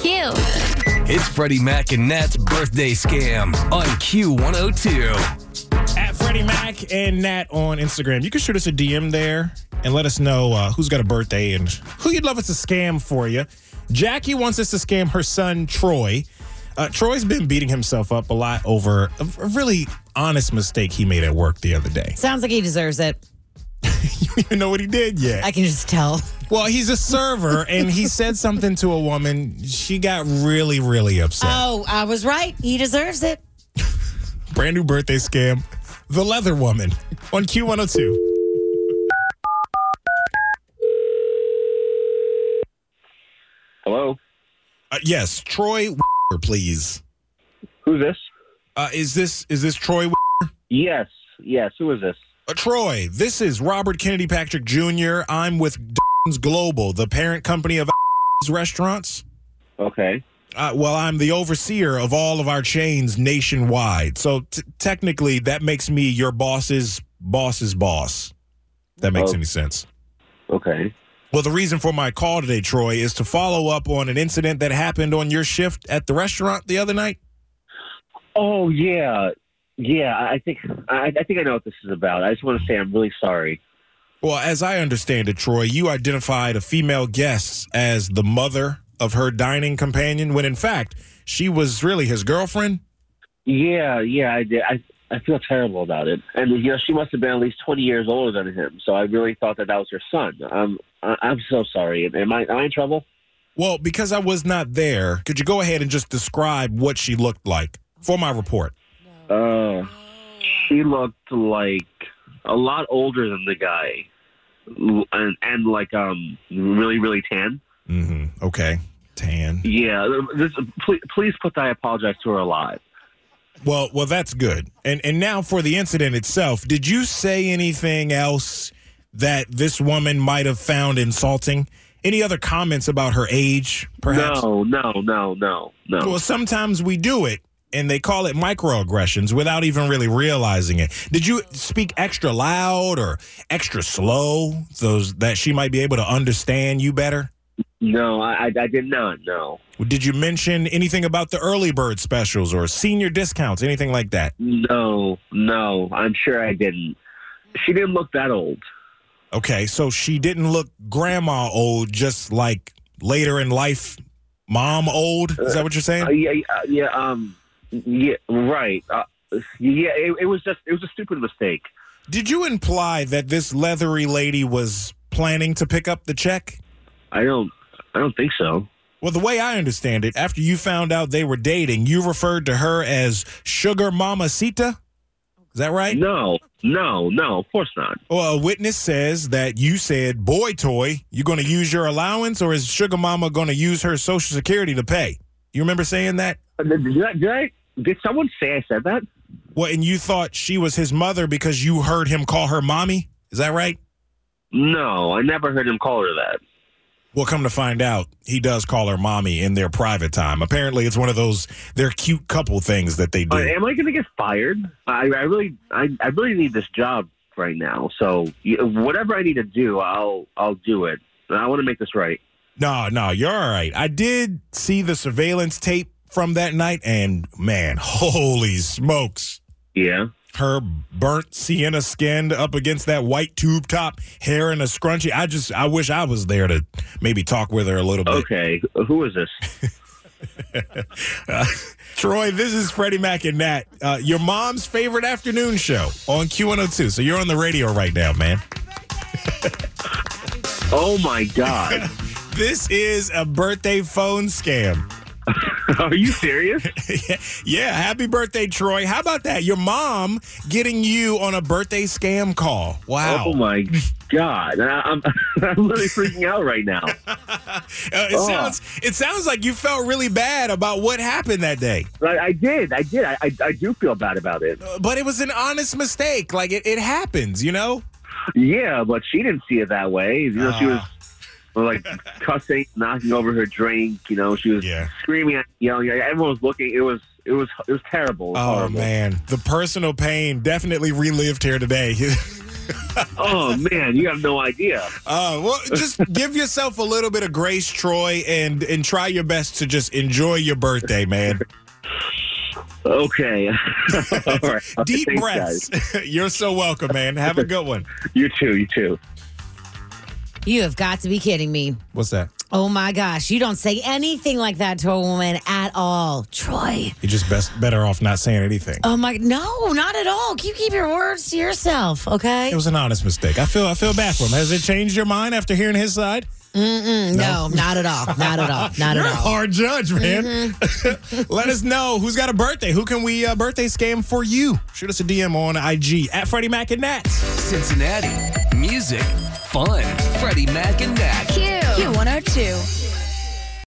Q. It's Freddie Mac and Nat's birthday scam on Q102. at Freddie Mac and Nat on Instagram. You can shoot us a DM there and let us know uh, who's got a birthday and who you'd love us to scam for you. Jackie wants us to scam her son Troy. Uh, Troy's been beating himself up a lot over a a really honest mistake he made at work the other day. Sounds like he deserves it. you don't even know what he did yet. I can just tell. well, he's a server and he said something to a woman. She got really, really upset. Oh, I was right. He deserves it. Brand new birthday scam, The Leather Woman on Q102. Hello. Uh, yes, Troy, please. Who's this? Uh, is this is this Troy? Yes. Yes. Who is this? Uh, Troy, this is Robert Kennedy Patrick Jr. I'm with D's Global, the parent company of restaurants. Okay. Uh, well, I'm the overseer of all of our chains nationwide. So t- technically, that makes me your boss's boss's boss. If That makes Oh. any sense. Okay. Well, the reason for my call today, Troy, is to follow up on an incident that happened on your shift at the restaurant the other night. Oh yeah. Yeah. I I think I, I think I know what this is about. I just want to say I'm really sorry. Well, as I understand it, Troy, you identified a female guest as the mother of her dining companion when in fact she was really his girlfriend. Yeah. Yeah. I did. I I feel terrible about it. And you know she must have been at least 20 years older than him. So I really thought that that was her son. Um. I, I'm so sorry. Am I am I in trouble? Well, because I was not there, could you go ahead and just describe what she looked like for my report? Uh, she looked like a lot older than the guy, L- and and like um really really tan. Mm-hmm. Okay. Tan. Yeah, this, please, please put that I apologize to her a lot. Well, well, that's good. And and now for the incident itself, did you say anything else that this woman might have found insulting? Any other comments about her age, perhaps? No, no, no, no, no. Well, sometimes we do it and they call it microaggressions without even really realizing it. Did you speak extra loud or extra slow so that she might be able to understand you better? no, I, I I did not. No, Did you mention anything about the early bird specials or senior discounts, anything like that? no, no. I'm sure I didn't. She didn't look that old. Okay, so she didn't look grandma old, just like later in life, mom old. Is that what you're Uh, saying? yeah, yeah, yeah. Um, yeah, right. Uh, yeah, it, it was just it was a stupid mistake. Did you imply that this leathery lady was planning to pick up the check? I don't I don't think so. Well, the way I understand it, after you found out they were dating, you referred to her as Sugar Mama Sita. Is that right? No, no, no. Of course not. Well, a witness says that you said, "Boy toy, you going to use your allowance, or is Sugar Mama going to use her Social Security to pay?" You remember saying that? Uh, Did, did, I, did I? Did someone say I said that? Well, and you thought she was his mother because you heard him call her mommy. Is that right? No, I never heard him call her that. Well, come to find out, he does call her mommy in their private time. Apparently, it's one of those their cute couple things that they do. Uh, am I going to get fired? I, I really, I, I really need this job right now. So y- whatever I need to do, I'll, I'll do it. And I want to make this right. No, no, you're all right. I did see the surveillance tape from that night, and man, holy smokes. Yeah. Her burnt sienna skin up against that white tube top, hair in a scrunchie. I just, I wish I was there to maybe talk with her a little bit. Okay. Who is this? Uh, Troy, this is Freddie Mac and Nat, uh, your mom's favorite afternoon show on Q102. So you're on the radio right now, man. Oh my God. This is a birthday phone scam. Are you serious? yeah, happy birthday, Troy. How about that? Your mom getting you on a birthday scam call. Wow. Oh my God. I, I'm, I'm literally freaking out right now. Uh, it Oh. sounds it sounds like you felt really bad about what happened that day. I, I did. I did. I, I, I do feel bad about it. Uh, But it was an honest mistake. Like it, it happens, you know? Yeah, but she didn't see it that way. You know, she was Ah. like cussing, knocking over her drink. You know, she was Yeah. screaming, yelling. Everyone was looking. It was, it was, it was terrible. It was Oh horrible. man, the personal pain definitely relived here today. oh man, you have no idea. Uh, well, just give yourself a little bit of grace, Troy, and and try your best to just enjoy your birthday, man. Okay. All right. Deep Thanks, breaths. guys. You're so welcome, man. Have a good one. You too. You too. You have got to be kidding me. What's that? Oh my gosh, you don't say anything like that to a woman at all. Troy. You're just best better off not saying anything. Oh my no, not at all. You keep your words to yourself, okay? It was an honest mistake. I feel I feel bad for him. Has it changed your mind after hearing his side? no. not at all. Not at all. Not You're a at all. Mm-hmm. hard judge, man. Let us know who's got a birthday. Who can we uh, birthday scam for you? Shoot us a DM on IG at Freddie Mac and Nats. Cincinnati. Music, fun. Freddie Mac and Nat. Q. Q102.